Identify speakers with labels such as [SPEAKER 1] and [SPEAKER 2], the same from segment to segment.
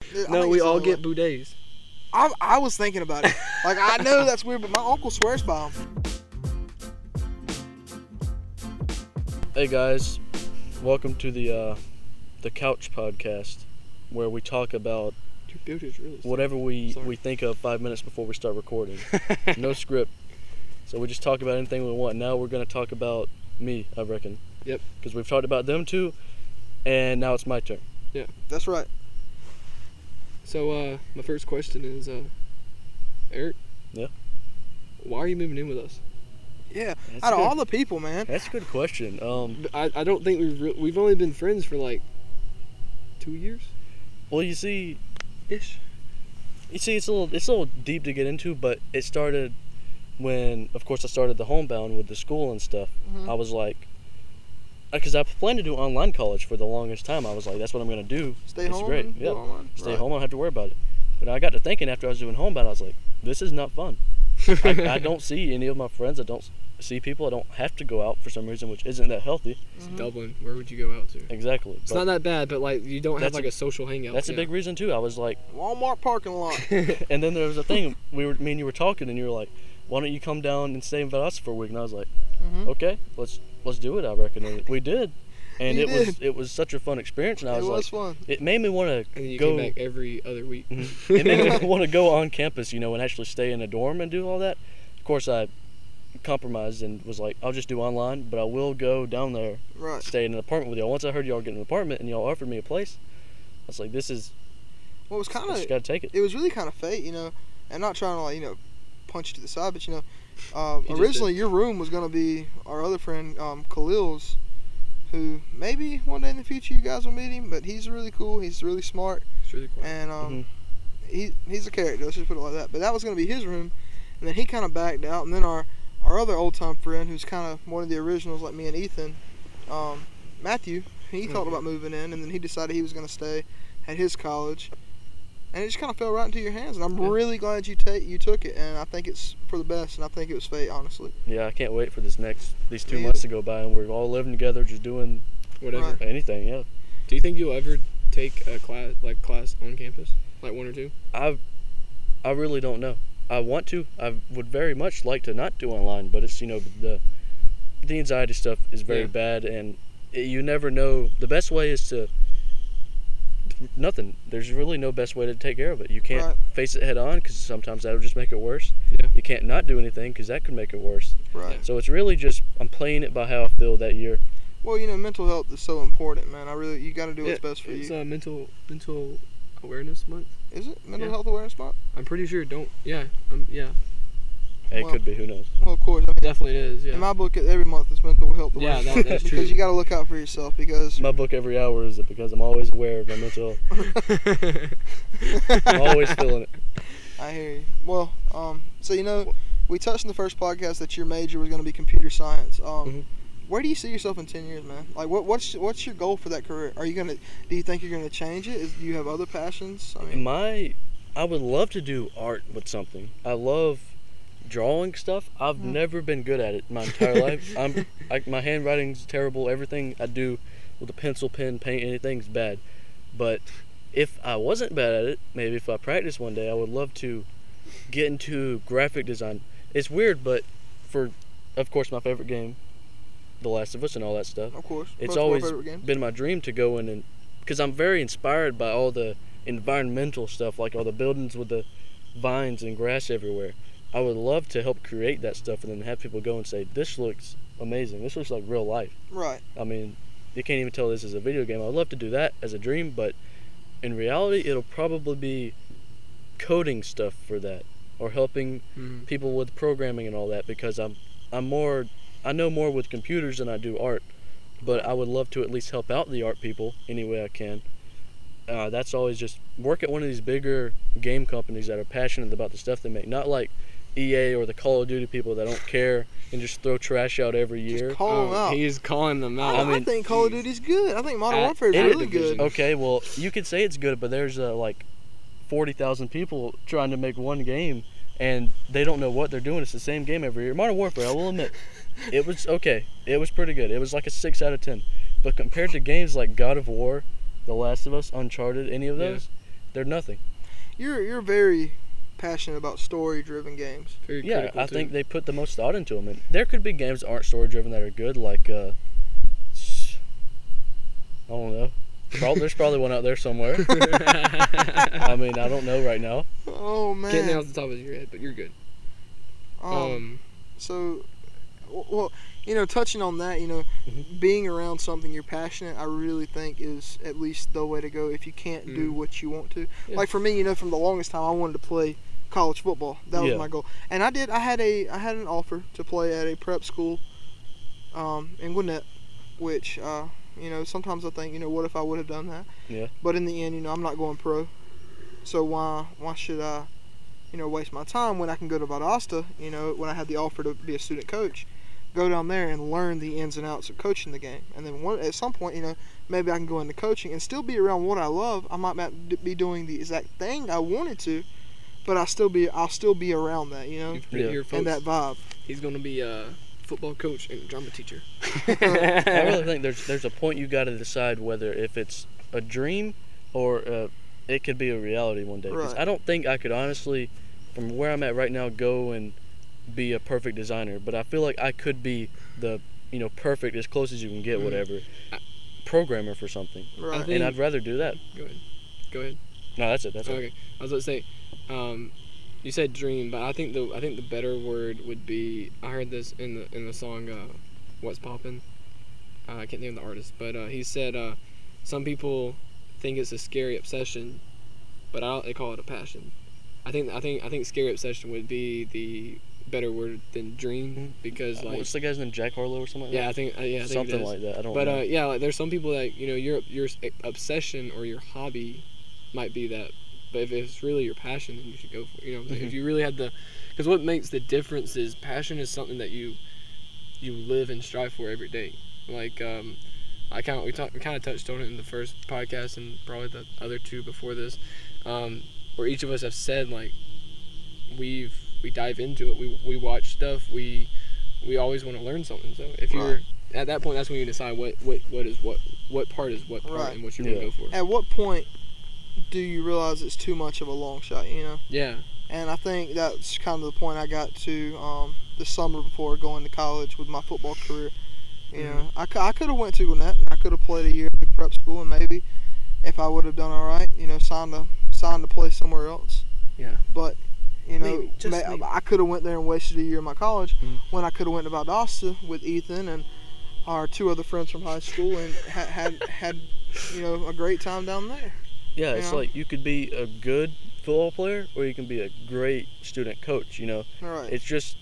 [SPEAKER 1] it- I
[SPEAKER 2] No,
[SPEAKER 1] think
[SPEAKER 2] we
[SPEAKER 1] it's
[SPEAKER 2] all
[SPEAKER 1] over.
[SPEAKER 2] get boudes.
[SPEAKER 1] I, I was thinking about it. Like I know that's weird, but my uncle swears by them.
[SPEAKER 2] Hey guys, welcome to the uh, the Couch Podcast, where we talk about
[SPEAKER 1] Your beard is really.
[SPEAKER 2] whatever we
[SPEAKER 1] Sorry.
[SPEAKER 2] we think of five minutes before we start recording. no script, so we just talk about anything we want. Now we're gonna talk about me, I reckon.
[SPEAKER 1] Yep.
[SPEAKER 2] Because we've talked about them too, and now it's my turn.
[SPEAKER 1] Yeah, that's right. So uh, my first question is, uh, Eric.
[SPEAKER 2] Yeah?
[SPEAKER 1] Why are you moving in with us? Yeah,
[SPEAKER 2] That's
[SPEAKER 1] out
[SPEAKER 2] a
[SPEAKER 1] of
[SPEAKER 2] good-
[SPEAKER 1] all the people, man.
[SPEAKER 2] That's a good question. Um,
[SPEAKER 3] I, I don't think we've re- we've only been friends for like two years
[SPEAKER 2] well, you see,
[SPEAKER 3] ish.
[SPEAKER 2] you see, it's a little it's a little deep to get into, but it started when, of course, I started the homebound with the school and stuff.
[SPEAKER 3] Mm-hmm.
[SPEAKER 2] I was like, because I planned to do online college for the longest time. I was like, that's what I'm gonna do.
[SPEAKER 1] Stay
[SPEAKER 2] it's
[SPEAKER 1] home.
[SPEAKER 2] great,
[SPEAKER 1] and go
[SPEAKER 2] yeah.
[SPEAKER 1] online.
[SPEAKER 2] Stay
[SPEAKER 1] Right.
[SPEAKER 2] home. I don't have to worry about it. But I got to thinking after I was doing homebound, I was like, this is not fun. I, I don't see any of my friends. I don't s- see people. I don't have to go out for some reason, which isn't that healthy.
[SPEAKER 3] It's Dublin. Where would you go out to?
[SPEAKER 2] Exactly.
[SPEAKER 3] It's
[SPEAKER 2] But
[SPEAKER 3] not that bad, but like you don't have
[SPEAKER 2] That's
[SPEAKER 3] like
[SPEAKER 2] a-
[SPEAKER 3] a, social hangout.
[SPEAKER 2] that's a
[SPEAKER 3] yeah.
[SPEAKER 2] big reason too. I was like.
[SPEAKER 1] Walmart parking lot.
[SPEAKER 2] And then there was a thing we were me and you were talking, and you were like, "Why don't you come down and stay in Valdosta for a week?" And I was like,
[SPEAKER 1] Mhm.
[SPEAKER 2] "Okay, let's let's do it." I reckon and we did, and
[SPEAKER 1] You
[SPEAKER 2] it was it was such a fun experience, and
[SPEAKER 1] it
[SPEAKER 2] I was,
[SPEAKER 1] was
[SPEAKER 2] like,
[SPEAKER 1] fun.
[SPEAKER 2] it made me want
[SPEAKER 3] And then
[SPEAKER 2] to
[SPEAKER 3] you
[SPEAKER 2] go.
[SPEAKER 3] came back every other week.
[SPEAKER 2] it made me want to go on campus, you know, and actually stay in a dorm and do all that. Of course, I compromised and was like, "I'll just do online, but I will go down there,
[SPEAKER 1] Right.
[SPEAKER 2] stay in an apartment with y'all." Once I heard y'all get an apartment and y'all offered me a place, I was like, "This is
[SPEAKER 1] Well, it was kind
[SPEAKER 2] I
[SPEAKER 1] of
[SPEAKER 2] just gotta take it."
[SPEAKER 1] it was really kind of fate, you know. And not trying to like you know punch you to the side, but you know, uh,
[SPEAKER 2] just
[SPEAKER 1] originally your room was gonna be our other friend um, Khalil's, who maybe one day in the future you guys will meet him. But he's really cool. He's really smart,
[SPEAKER 3] It's really cool.
[SPEAKER 1] and um, he he's a character. Let's just put it like that. But that was gonna be his room, and then he kind of backed out. And then our our other old time friend, who's kind of one of the originals, like me and Ethan, um, Matthew, he thought
[SPEAKER 3] Mhm.
[SPEAKER 1] about moving in, and then he decided he was gonna stay at his college, and it just kind of fell right into your hands. And I'm
[SPEAKER 2] Yeah.
[SPEAKER 1] really glad you take you took it, and I think it's for the best, and I think it was fate, honestly.
[SPEAKER 2] Yeah, I can't wait for this next these two
[SPEAKER 1] Me
[SPEAKER 2] months to go by and we're all living together, just doing
[SPEAKER 3] Whatever.
[SPEAKER 1] Right.
[SPEAKER 2] anything. Yeah,
[SPEAKER 3] Do you think you'll ever take a class like class on campus, like one or two?
[SPEAKER 2] I really don't know. I want to. I would very much like to not do online, but it's you know the the anxiety stuff is very
[SPEAKER 3] Yeah.
[SPEAKER 2] bad, and it, you never know. The best way is to nothing. There's really no best way to take care of it. You can't
[SPEAKER 1] Right.
[SPEAKER 2] face it head on because sometimes that'll just make it worse.
[SPEAKER 3] Yeah.
[SPEAKER 2] You can't not do anything because that could make it worse.
[SPEAKER 1] Right.
[SPEAKER 2] So it's really just I'm playing it by how I feel that year.
[SPEAKER 1] Well, you know, mental health is so important, man. I really you got to do what's
[SPEAKER 3] Yeah,
[SPEAKER 1] best for
[SPEAKER 3] it's
[SPEAKER 1] you.
[SPEAKER 3] uh, mental mental awareness month.
[SPEAKER 1] is it mental
[SPEAKER 3] yeah.
[SPEAKER 1] health awareness month?
[SPEAKER 3] I'm pretty sure. Don't. Yeah. Um, yeah.
[SPEAKER 2] It
[SPEAKER 1] Well-
[SPEAKER 2] could be. Who knows?
[SPEAKER 1] Well, of course. I mean,
[SPEAKER 3] Definitely it is. Yeah.
[SPEAKER 1] In my book, every month is mental health
[SPEAKER 3] Yeah,
[SPEAKER 1] awareness.
[SPEAKER 3] that- that's
[SPEAKER 1] because
[SPEAKER 3] true.
[SPEAKER 1] you got to look out for yourself because
[SPEAKER 2] My book every hour is because I'm always aware of my mental. health. I'm always feeling it.
[SPEAKER 1] I hear you. Well, um, so you know, we touched in the first podcast that your major was going to be computer science. Um,
[SPEAKER 3] Mm-hmm.
[SPEAKER 2] Mhm.
[SPEAKER 1] Where do you see yourself in ten years, man? Like, what, what's what's your goal for that career? Are you gonna? Do you think you're gonna change it? Is, do you have other passions? I mean,
[SPEAKER 2] My, I would love to do art with something. I love drawing stuff. I've never been good at it my entire life. I'm, I, my handwriting's terrible. Everything I do with a pencil, pen, paint, anything's bad. But if I wasn't bad at it, maybe if I practiced one day, I would love to get into graphic design. It's weird, but for, of course, my favorite game, The Last of Us, and all that stuff.
[SPEAKER 1] of course.
[SPEAKER 2] it's
[SPEAKER 1] both of our
[SPEAKER 2] always
[SPEAKER 1] favorite games.
[SPEAKER 2] been my dream to go in and because I'm very inspired by all the environmental stuff, like all the buildings with the vines and grass everywhere. I would love to help create that stuff and then have people go and say, "This looks amazing. This looks like real life."
[SPEAKER 1] right.
[SPEAKER 2] I mean, you can't even tell this is a video game. I'd love to do that as a dream, but in reality, it'll probably be coding stuff for that or helping
[SPEAKER 3] Mhm.
[SPEAKER 2] people with programming and all that because I'm I'm more I know more with computers than I do art, but I would love to at least help out the art people any way I can. Uh, that's always just work at one of these bigger game companies that are passionate about the stuff they make, not like EA or the Call of Duty people that don't care and just throw trash out every year.
[SPEAKER 1] Just call them
[SPEAKER 3] Oh,
[SPEAKER 1] out.
[SPEAKER 3] He's calling them out.
[SPEAKER 1] I,
[SPEAKER 2] I
[SPEAKER 1] I
[SPEAKER 2] mean,
[SPEAKER 1] think Call of
[SPEAKER 3] geez.
[SPEAKER 1] Duty's good. I think Modern
[SPEAKER 3] At-
[SPEAKER 1] Warfare is
[SPEAKER 3] at
[SPEAKER 1] really
[SPEAKER 3] Activision.
[SPEAKER 1] good.
[SPEAKER 2] Okay, well you could say it's good, but there's uh, like forty thousand people trying to make one game, and they don't know what they're doing. It's the same game every year. Modern Warfare, I will admit, it was okay. It was pretty good. It was like a six out of ten, but compared to games like God of War, The Last of Us, Uncharted, any of
[SPEAKER 3] Yeah.
[SPEAKER 2] those, They're nothing.
[SPEAKER 1] You're you're very passionate about story-driven games.
[SPEAKER 3] Very
[SPEAKER 2] Yeah,
[SPEAKER 3] critical
[SPEAKER 2] I
[SPEAKER 3] too.
[SPEAKER 2] think they put the most thought into them. And there could be games that aren't story driven that are good, like uh, s- I don't know. Prob- There's probably one out there somewhere. I mean, I don't know right now.
[SPEAKER 1] Oh man.
[SPEAKER 3] Getting out the top of your head, but you're good.
[SPEAKER 1] Um,
[SPEAKER 3] Um,
[SPEAKER 1] so, w- well, you know, touching on that, you know,
[SPEAKER 2] Mhm.
[SPEAKER 1] being around something you're passionate, I really think is at least the way to go. If you can't do
[SPEAKER 2] Mm-hmm.
[SPEAKER 3] Mm.
[SPEAKER 1] what you want to,
[SPEAKER 3] Yeah.
[SPEAKER 1] like for me, you know, from the longest time, I wanted to play college football. That was
[SPEAKER 2] Yeah.
[SPEAKER 1] my goal, and I did. I had a I had an offer to play at a prep school, um, in Gwinnett, which. Uh, you know, sometimes I think, you know, what if I would have done that?
[SPEAKER 2] Yeah.
[SPEAKER 1] But in the end, you know, I'm not going pro, so why why should I, you know, waste my time when I can go to Valdosta? You know, when I had the offer to be a student coach, go down there and learn the ins and outs of coaching the game, and then one, at some point, you know, maybe I can go into coaching and still be around what I love. I might not d- be doing the exact thing I wanted to, but I still be I'll still be around that, you know,
[SPEAKER 3] you've
[SPEAKER 2] Yeah.
[SPEAKER 3] your
[SPEAKER 1] and that
[SPEAKER 3] folks.
[SPEAKER 1] vibe.
[SPEAKER 3] He's gonna be a football coach and drama teacher.
[SPEAKER 2] I really think there's there's a point you got to decide whether if it's a dream or uh, it could be a reality one day. 'Cause
[SPEAKER 1] Right.
[SPEAKER 2] I don't think I could honestly, from where I'm at right now, go and be a perfect designer. But I feel like I could be the you know perfect as close as you can get,
[SPEAKER 3] Mhm.
[SPEAKER 2] whatever programmer for something.
[SPEAKER 1] Right.
[SPEAKER 3] think-
[SPEAKER 2] And I'd rather do that.
[SPEAKER 3] Go ahead. Go ahead.
[SPEAKER 2] No, that's it. That's it.
[SPEAKER 3] okay. I was gonna say, um, you said dream, but I think the I think the better word would be. I heard this in the in the song, uh, "What's Poppin." Uh, I can't name the artist, but uh, he said uh, some people think it's a scary obsession, but I they call it a passion. I think I think I think scary obsession would be the better word than dream because
[SPEAKER 2] Uh,
[SPEAKER 3] like
[SPEAKER 2] What's the guy's name? Jack Harlow or something? Like
[SPEAKER 3] yeah I
[SPEAKER 2] that?
[SPEAKER 3] think uh, yeah I think it
[SPEAKER 2] something
[SPEAKER 3] is.
[SPEAKER 2] like that. I don't.
[SPEAKER 3] But
[SPEAKER 2] know.
[SPEAKER 3] uh, yeah, like there's some people that you know your your s- eh, obsession or your hobby might be that, but if it's really your passion, then you should go for it. You know, what I'm
[SPEAKER 2] Mm-hmm.
[SPEAKER 3] saying? if you really had the, because what makes the difference is passion is something that you, you live and strive for every day. Like um, I kind of we talked we kind of touched on it in the first podcast and probably the other two before this, um, where each of us have said like, we've we dive into it. We we watch stuff. We we always want to learn something. So if you're
[SPEAKER 1] Right.
[SPEAKER 3] at that point, that's when you decide what what what is what what part is what part
[SPEAKER 1] Right.
[SPEAKER 3] and what you're
[SPEAKER 2] Yeah.
[SPEAKER 3] gonna go for.
[SPEAKER 1] At what point do you realize it's too much of a long shot? You know.
[SPEAKER 3] Yeah,
[SPEAKER 1] and I think that's kind of the point I got to um, the summer before going to college with my football career. You know,
[SPEAKER 3] Mm-hmm.
[SPEAKER 1] I, could have went to Gwinnett. and I could have played a year at prep school, and maybe if I would have done all right, you know, signed a signed to play somewhere else.
[SPEAKER 3] Yeah.
[SPEAKER 1] But you know,
[SPEAKER 3] Maybe, just
[SPEAKER 1] ma-
[SPEAKER 3] maybe. Mm-hmm.
[SPEAKER 1] I could have went there and wasted a year in my college
[SPEAKER 2] Mhm.
[SPEAKER 1] when I could have went to Valdosta with Ethan and our two other friends from high school and ha- had had you know a great time down there.
[SPEAKER 2] Yeah,
[SPEAKER 1] you
[SPEAKER 2] it's
[SPEAKER 1] know?
[SPEAKER 2] like you could be a good football player or you can be a great student coach, you know.
[SPEAKER 1] All right.
[SPEAKER 2] It's just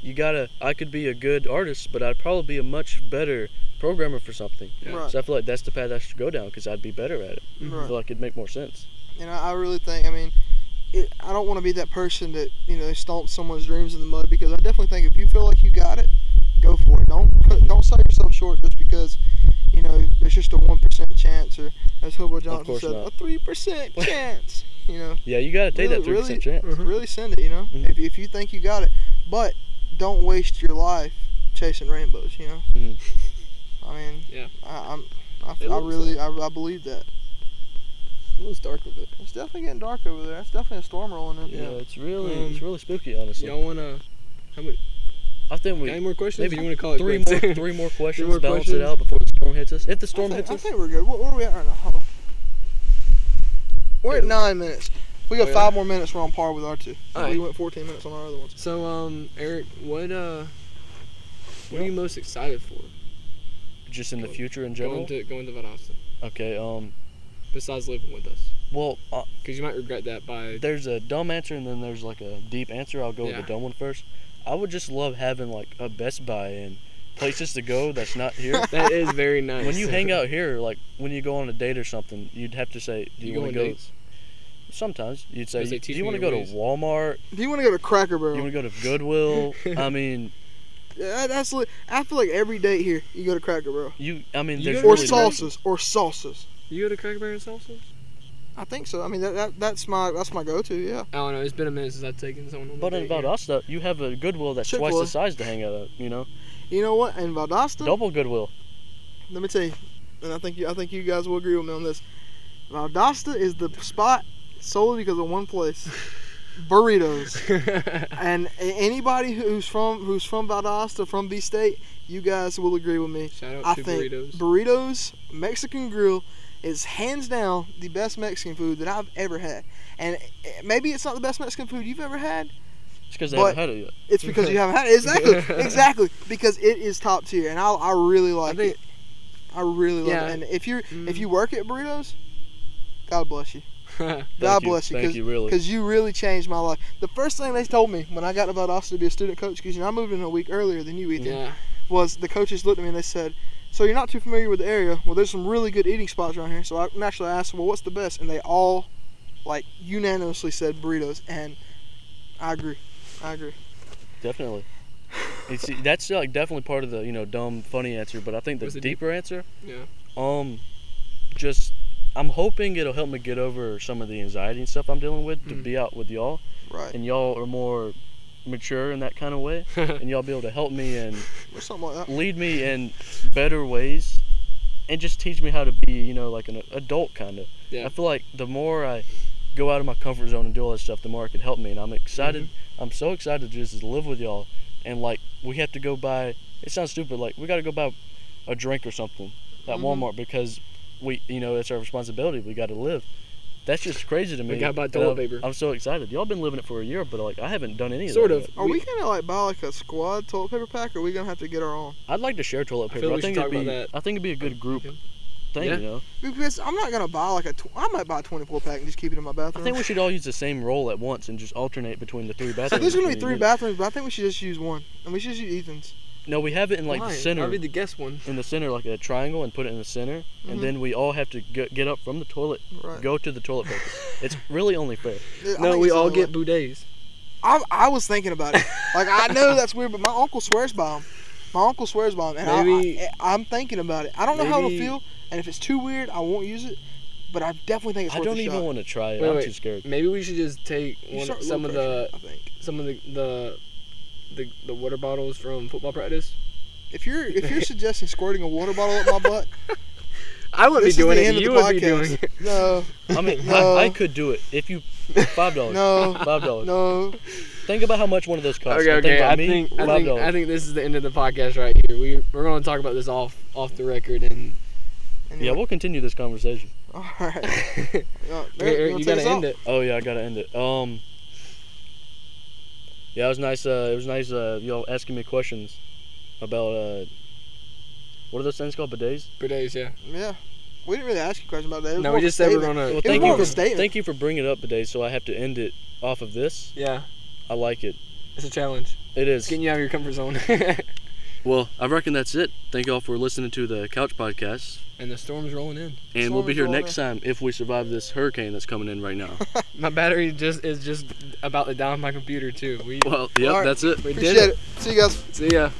[SPEAKER 2] you got to I could be a good artist, but I'd probably be a much better programmer for something.
[SPEAKER 3] yeah.
[SPEAKER 1] Right.
[SPEAKER 2] So I feel like that's the path I should go down cuz I'd be better at it. I
[SPEAKER 3] mm-hmm.
[SPEAKER 1] Right.
[SPEAKER 2] feel like it'd make more sense.
[SPEAKER 1] And I, I really think, I mean, it, I don't want to be that person that you know stomps someone's dreams in the mud because I definitely think if you feel like you got it, go for it. Don't cut- don't sell yourself short just because you know there's just a one percent chance or as Hobo Johnson
[SPEAKER 2] course
[SPEAKER 1] said,
[SPEAKER 2] not.
[SPEAKER 1] a three percent chance. You know,
[SPEAKER 2] Yeah, you got to take that 3%
[SPEAKER 1] Really-
[SPEAKER 2] chance.
[SPEAKER 3] Mhm.
[SPEAKER 1] really send it. You know,
[SPEAKER 2] Mhm.
[SPEAKER 1] if, if you think you got it, but don't waste your life chasing rainbows. You know,
[SPEAKER 2] Mhm.
[SPEAKER 1] I mean,
[SPEAKER 3] Yeah.
[SPEAKER 1] I, I'm. I,
[SPEAKER 3] It
[SPEAKER 1] I
[SPEAKER 3] looks
[SPEAKER 1] really, I, I believe that.
[SPEAKER 3] It was dark a bit.
[SPEAKER 1] It's definitely getting dark over there. It's definitely a storm rolling in.
[SPEAKER 2] Yeah, it's really
[SPEAKER 3] Um,
[SPEAKER 2] it's really spooky honestly.
[SPEAKER 3] Y'all wanna
[SPEAKER 2] I think
[SPEAKER 3] got any
[SPEAKER 2] we
[SPEAKER 3] more questions?
[SPEAKER 2] maybe
[SPEAKER 3] or you wanna call it
[SPEAKER 2] three more
[SPEAKER 3] quits?
[SPEAKER 2] three more questions
[SPEAKER 3] more
[SPEAKER 2] balance
[SPEAKER 3] questions?
[SPEAKER 2] it out before the storm hits us. If the storm
[SPEAKER 1] I think,
[SPEAKER 2] hits
[SPEAKER 1] I
[SPEAKER 2] us,
[SPEAKER 1] think we're good. What, where are we at right now? Hold on. We're at
[SPEAKER 3] Yeah.
[SPEAKER 1] nine minutes. We got
[SPEAKER 3] Oh, yeah.
[SPEAKER 1] five more minutes. We're on par with our two.
[SPEAKER 3] All
[SPEAKER 1] We
[SPEAKER 3] right.
[SPEAKER 1] went 14 minutes on our other ones.
[SPEAKER 3] So um, Eric, what uh, what are you most excited for
[SPEAKER 2] just in the
[SPEAKER 3] Go-
[SPEAKER 2] future in
[SPEAKER 3] going
[SPEAKER 2] general.
[SPEAKER 3] to going to Valdosta
[SPEAKER 2] Okay, um
[SPEAKER 3] besides living with us?
[SPEAKER 2] well, uh,
[SPEAKER 3] Because you might regret that by
[SPEAKER 2] there's a dumb answer and then there's like a deep answer. I'll go
[SPEAKER 3] Yeah.
[SPEAKER 2] with the dumb one first. I would just love having like a Best Buy and places to go that's not here.
[SPEAKER 3] that is very nice.
[SPEAKER 2] when you hang out here, like when you go on a date or something, you'd have to say, "Do you,
[SPEAKER 3] go
[SPEAKER 2] want
[SPEAKER 3] on
[SPEAKER 2] to go?"
[SPEAKER 3] dates?
[SPEAKER 2] Sometimes you'd say,
[SPEAKER 3] Because they
[SPEAKER 2] "Do
[SPEAKER 3] teach
[SPEAKER 2] you
[SPEAKER 3] me
[SPEAKER 2] want to
[SPEAKER 3] your
[SPEAKER 2] go to
[SPEAKER 3] ways."
[SPEAKER 2] Walmart?
[SPEAKER 1] Do you want to go to Cracker
[SPEAKER 2] You
[SPEAKER 1] Barrel?
[SPEAKER 2] want to go to Goodwill?" I mean,
[SPEAKER 1] Yeah, that's li- I feel like every date here you go to Cracker Barrel
[SPEAKER 2] you. I mean,
[SPEAKER 3] You
[SPEAKER 2] there's
[SPEAKER 3] go to
[SPEAKER 1] or
[SPEAKER 2] really no-
[SPEAKER 3] Salsa.
[SPEAKER 1] salsas or salsas.
[SPEAKER 3] You go to Cracker Barrel and salsa?
[SPEAKER 1] I think so. I mean that, that that's my that's my go-to. Yeah.
[SPEAKER 3] I don't know. It's been a minute since I've taken someone on a
[SPEAKER 2] But
[SPEAKER 3] date.
[SPEAKER 2] in Valdosta, you have a Goodwill that's twice
[SPEAKER 1] Chick-fil-A.
[SPEAKER 2] the size to hang out at. You know,
[SPEAKER 1] You know what? In Valdosta,
[SPEAKER 2] double Goodwill.
[SPEAKER 1] let me tell you, and I think you I think you guys will agree with me on this. Valdosta is the spot solely because of one place, burritos. And a- anybody who's from who's from Valdosta, from B State, you guys will agree with me.
[SPEAKER 3] Shout out
[SPEAKER 1] I
[SPEAKER 3] to
[SPEAKER 1] think
[SPEAKER 3] burritos.
[SPEAKER 1] burritos, Mexican grill, is hands down the best Mexican food that I've ever had. And eh, maybe it's not the best Mexican food you've ever had.
[SPEAKER 2] It's because they
[SPEAKER 1] But-
[SPEAKER 2] haven't had it yet.
[SPEAKER 1] It's because you haven't had it. Exactly, exactly. Because it is top tier, and I, I really like
[SPEAKER 3] think-
[SPEAKER 1] it. I really love
[SPEAKER 3] Yeah.
[SPEAKER 1] it. And if you
[SPEAKER 3] Mm.
[SPEAKER 1] if you work at burritos, God bless you. God
[SPEAKER 2] Thank
[SPEAKER 1] bless you,
[SPEAKER 2] Thank you, really.
[SPEAKER 1] Because you really changed my life. The first thing they told me when I got to Valdosta to be a student coach, because you know, I moved in a week earlier than you, Ethan,
[SPEAKER 3] yeah.
[SPEAKER 2] Mm-hmm.
[SPEAKER 1] was the coaches looked at me and they said, So you're not too familiar with the area. Well, there's some really good eating spots around here. So I naturally asked, Well, what's the best? And they all, like, unanimously said burritos. And I agree. I agree.
[SPEAKER 2] Definitely. It's that's like definitely part of the you know dumb funny answer, but I think the
[SPEAKER 3] Was it deep?
[SPEAKER 2] deeper answer,
[SPEAKER 3] Yeah.
[SPEAKER 2] um, just I'm hoping it'll help me get over some of the anxiety and stuff I'm dealing with to
[SPEAKER 3] Mhm.
[SPEAKER 2] be out with y'all,
[SPEAKER 1] Right.
[SPEAKER 2] and y'all are more mature in that kind of way, and y'all be able to help me and
[SPEAKER 1] Or something like that.
[SPEAKER 2] lead me in better ways, and just teach me how to be you know like an adult kind of.
[SPEAKER 3] Yeah.
[SPEAKER 2] I feel like the more I go out of my comfort zone and do all that stuff, the more it can help me. And I'm excited.
[SPEAKER 3] Mm-hmm.
[SPEAKER 2] I'm so excited to just live with y'all. And like, we have to go buy. It sounds stupid. Like, we got to go buy a drink or something
[SPEAKER 1] Mhm.
[SPEAKER 2] at
[SPEAKER 3] Mm-hmm.
[SPEAKER 2] Walmart because we, you know, it's our responsibility. We got to live. That's just crazy to me.
[SPEAKER 3] We gotta buy
[SPEAKER 2] And
[SPEAKER 3] toilet
[SPEAKER 2] I'm-
[SPEAKER 3] paper.
[SPEAKER 2] I'm so excited. Y'all been living it for a year, but like, I haven't done any of
[SPEAKER 3] Sort
[SPEAKER 2] that
[SPEAKER 3] of.
[SPEAKER 2] yet.
[SPEAKER 1] Are we going to, like, buy, like, a squad toilet paper pack, or are we going to have to get our own?
[SPEAKER 2] I'd like to share toilet
[SPEAKER 3] I feel
[SPEAKER 2] paper. I,
[SPEAKER 3] like we should
[SPEAKER 2] think
[SPEAKER 3] talk
[SPEAKER 2] it'd be.
[SPEAKER 3] about that.
[SPEAKER 2] I think it'd be a good group
[SPEAKER 3] Okay.
[SPEAKER 2] thing.
[SPEAKER 3] Yeah.
[SPEAKER 2] You know,
[SPEAKER 1] Because I'm not going to buy, like, a. Tw- I might buy a 24 pack and just keep it in my
[SPEAKER 2] I
[SPEAKER 1] bathroom.
[SPEAKER 2] think we should all use the same roll at once and just alternate between the three bathrooms.
[SPEAKER 1] so there's going to
[SPEAKER 2] between
[SPEAKER 1] be three
[SPEAKER 2] you.
[SPEAKER 1] bathrooms, but I think we should just use one. And we should just use Ethan's.
[SPEAKER 2] No, we have it in like
[SPEAKER 3] Why?
[SPEAKER 2] the center.
[SPEAKER 3] I'll be the guest one. Mm-hmm.
[SPEAKER 2] in the center, like a triangle, and put it in the center,
[SPEAKER 1] Mhm.
[SPEAKER 2] and then we all have to get, get up from the toilet,
[SPEAKER 1] Right.
[SPEAKER 2] go to the toilet paper. it's really only fair.
[SPEAKER 1] Yeah, I
[SPEAKER 3] No,
[SPEAKER 1] think
[SPEAKER 3] we
[SPEAKER 1] it's the
[SPEAKER 3] all
[SPEAKER 1] only
[SPEAKER 3] get
[SPEAKER 1] way.
[SPEAKER 3] boudes.
[SPEAKER 1] I, I was thinking about it. Like I know that's weird, but my uncle swears by them. My uncle swears by them, and
[SPEAKER 3] Maybe-
[SPEAKER 1] I, I, I'm thinking about it. I don't know how it'll
[SPEAKER 3] maybe-
[SPEAKER 1] feel, and if it's too weird, I won't use it. But I definitely think it's
[SPEAKER 2] I
[SPEAKER 1] worth
[SPEAKER 2] don't
[SPEAKER 1] a
[SPEAKER 2] even
[SPEAKER 1] shot.
[SPEAKER 2] want to try it.
[SPEAKER 3] Wait,
[SPEAKER 2] I'm
[SPEAKER 3] wait.
[SPEAKER 2] too scared.
[SPEAKER 3] Maybe we should just take
[SPEAKER 1] You
[SPEAKER 3] one,
[SPEAKER 1] start
[SPEAKER 3] some of
[SPEAKER 1] low
[SPEAKER 3] the
[SPEAKER 1] pressure, I think
[SPEAKER 3] some of the, the the the water bottles from football practice.
[SPEAKER 1] if you're if you're suggesting squirting a water bottle up my butt,
[SPEAKER 3] I wouldn't
[SPEAKER 1] This is
[SPEAKER 3] be doing
[SPEAKER 1] the
[SPEAKER 3] it.
[SPEAKER 1] end of the
[SPEAKER 3] you would be
[SPEAKER 1] podcast.
[SPEAKER 3] doing it.
[SPEAKER 1] no,
[SPEAKER 2] I mean,
[SPEAKER 1] No.
[SPEAKER 2] I, I could do it if you five dollars.
[SPEAKER 1] No.
[SPEAKER 2] five dollars.
[SPEAKER 1] no,
[SPEAKER 2] Think about how much one of those costs.
[SPEAKER 3] Okay,
[SPEAKER 2] and
[SPEAKER 3] okay.
[SPEAKER 2] Think about
[SPEAKER 3] I
[SPEAKER 2] me,
[SPEAKER 3] think, I,
[SPEAKER 2] five
[SPEAKER 3] think, I
[SPEAKER 2] dollars.
[SPEAKER 3] think this is the end of the podcast right here. We we're going to talk about this off off the record and
[SPEAKER 1] Anyway,
[SPEAKER 2] Yeah, we'll continue this conversation.
[SPEAKER 1] all right. Uh, Barrett,
[SPEAKER 3] Eric,
[SPEAKER 1] wanna
[SPEAKER 3] you
[SPEAKER 1] take
[SPEAKER 3] gotta
[SPEAKER 1] us out?
[SPEAKER 3] end it.
[SPEAKER 2] Oh yeah, I gotta end it. Um. Yeah, it was nice. Uh, it was nice. Uh, y'all asking me questions about uh, what are those things called? Bidets.
[SPEAKER 3] Boudes, yeah.
[SPEAKER 1] Yeah, we didn't really ask you a question about that. It was
[SPEAKER 3] No,
[SPEAKER 1] more
[SPEAKER 3] we
[SPEAKER 1] of a
[SPEAKER 3] just said we're
[SPEAKER 1] statement.
[SPEAKER 3] going to.
[SPEAKER 2] Well,
[SPEAKER 1] was
[SPEAKER 2] thank
[SPEAKER 1] more
[SPEAKER 2] you.
[SPEAKER 1] of a
[SPEAKER 2] For,
[SPEAKER 1] statement.
[SPEAKER 2] thank you for bringing it up today. So I have to end it off of this.
[SPEAKER 3] Yeah,
[SPEAKER 2] I like it.
[SPEAKER 3] it's a challenge.
[SPEAKER 2] It
[SPEAKER 3] It's
[SPEAKER 2] is.
[SPEAKER 3] getting you out of your comfort zone.
[SPEAKER 2] Well, I reckon that's it. Thank y'all for listening to the Couch Podcast.
[SPEAKER 3] and the storm's rolling in.
[SPEAKER 2] And
[SPEAKER 1] Storm
[SPEAKER 2] we'll be
[SPEAKER 1] is
[SPEAKER 2] here
[SPEAKER 1] rolling
[SPEAKER 2] next time if we survive this hurricane that's coming in right now.
[SPEAKER 3] My battery just is just about to down my computer too. We
[SPEAKER 2] well, yep,
[SPEAKER 1] Alright.
[SPEAKER 2] that's it.
[SPEAKER 3] we
[SPEAKER 1] Appreciate
[SPEAKER 3] did it.
[SPEAKER 1] it. See you guys.
[SPEAKER 3] See ya.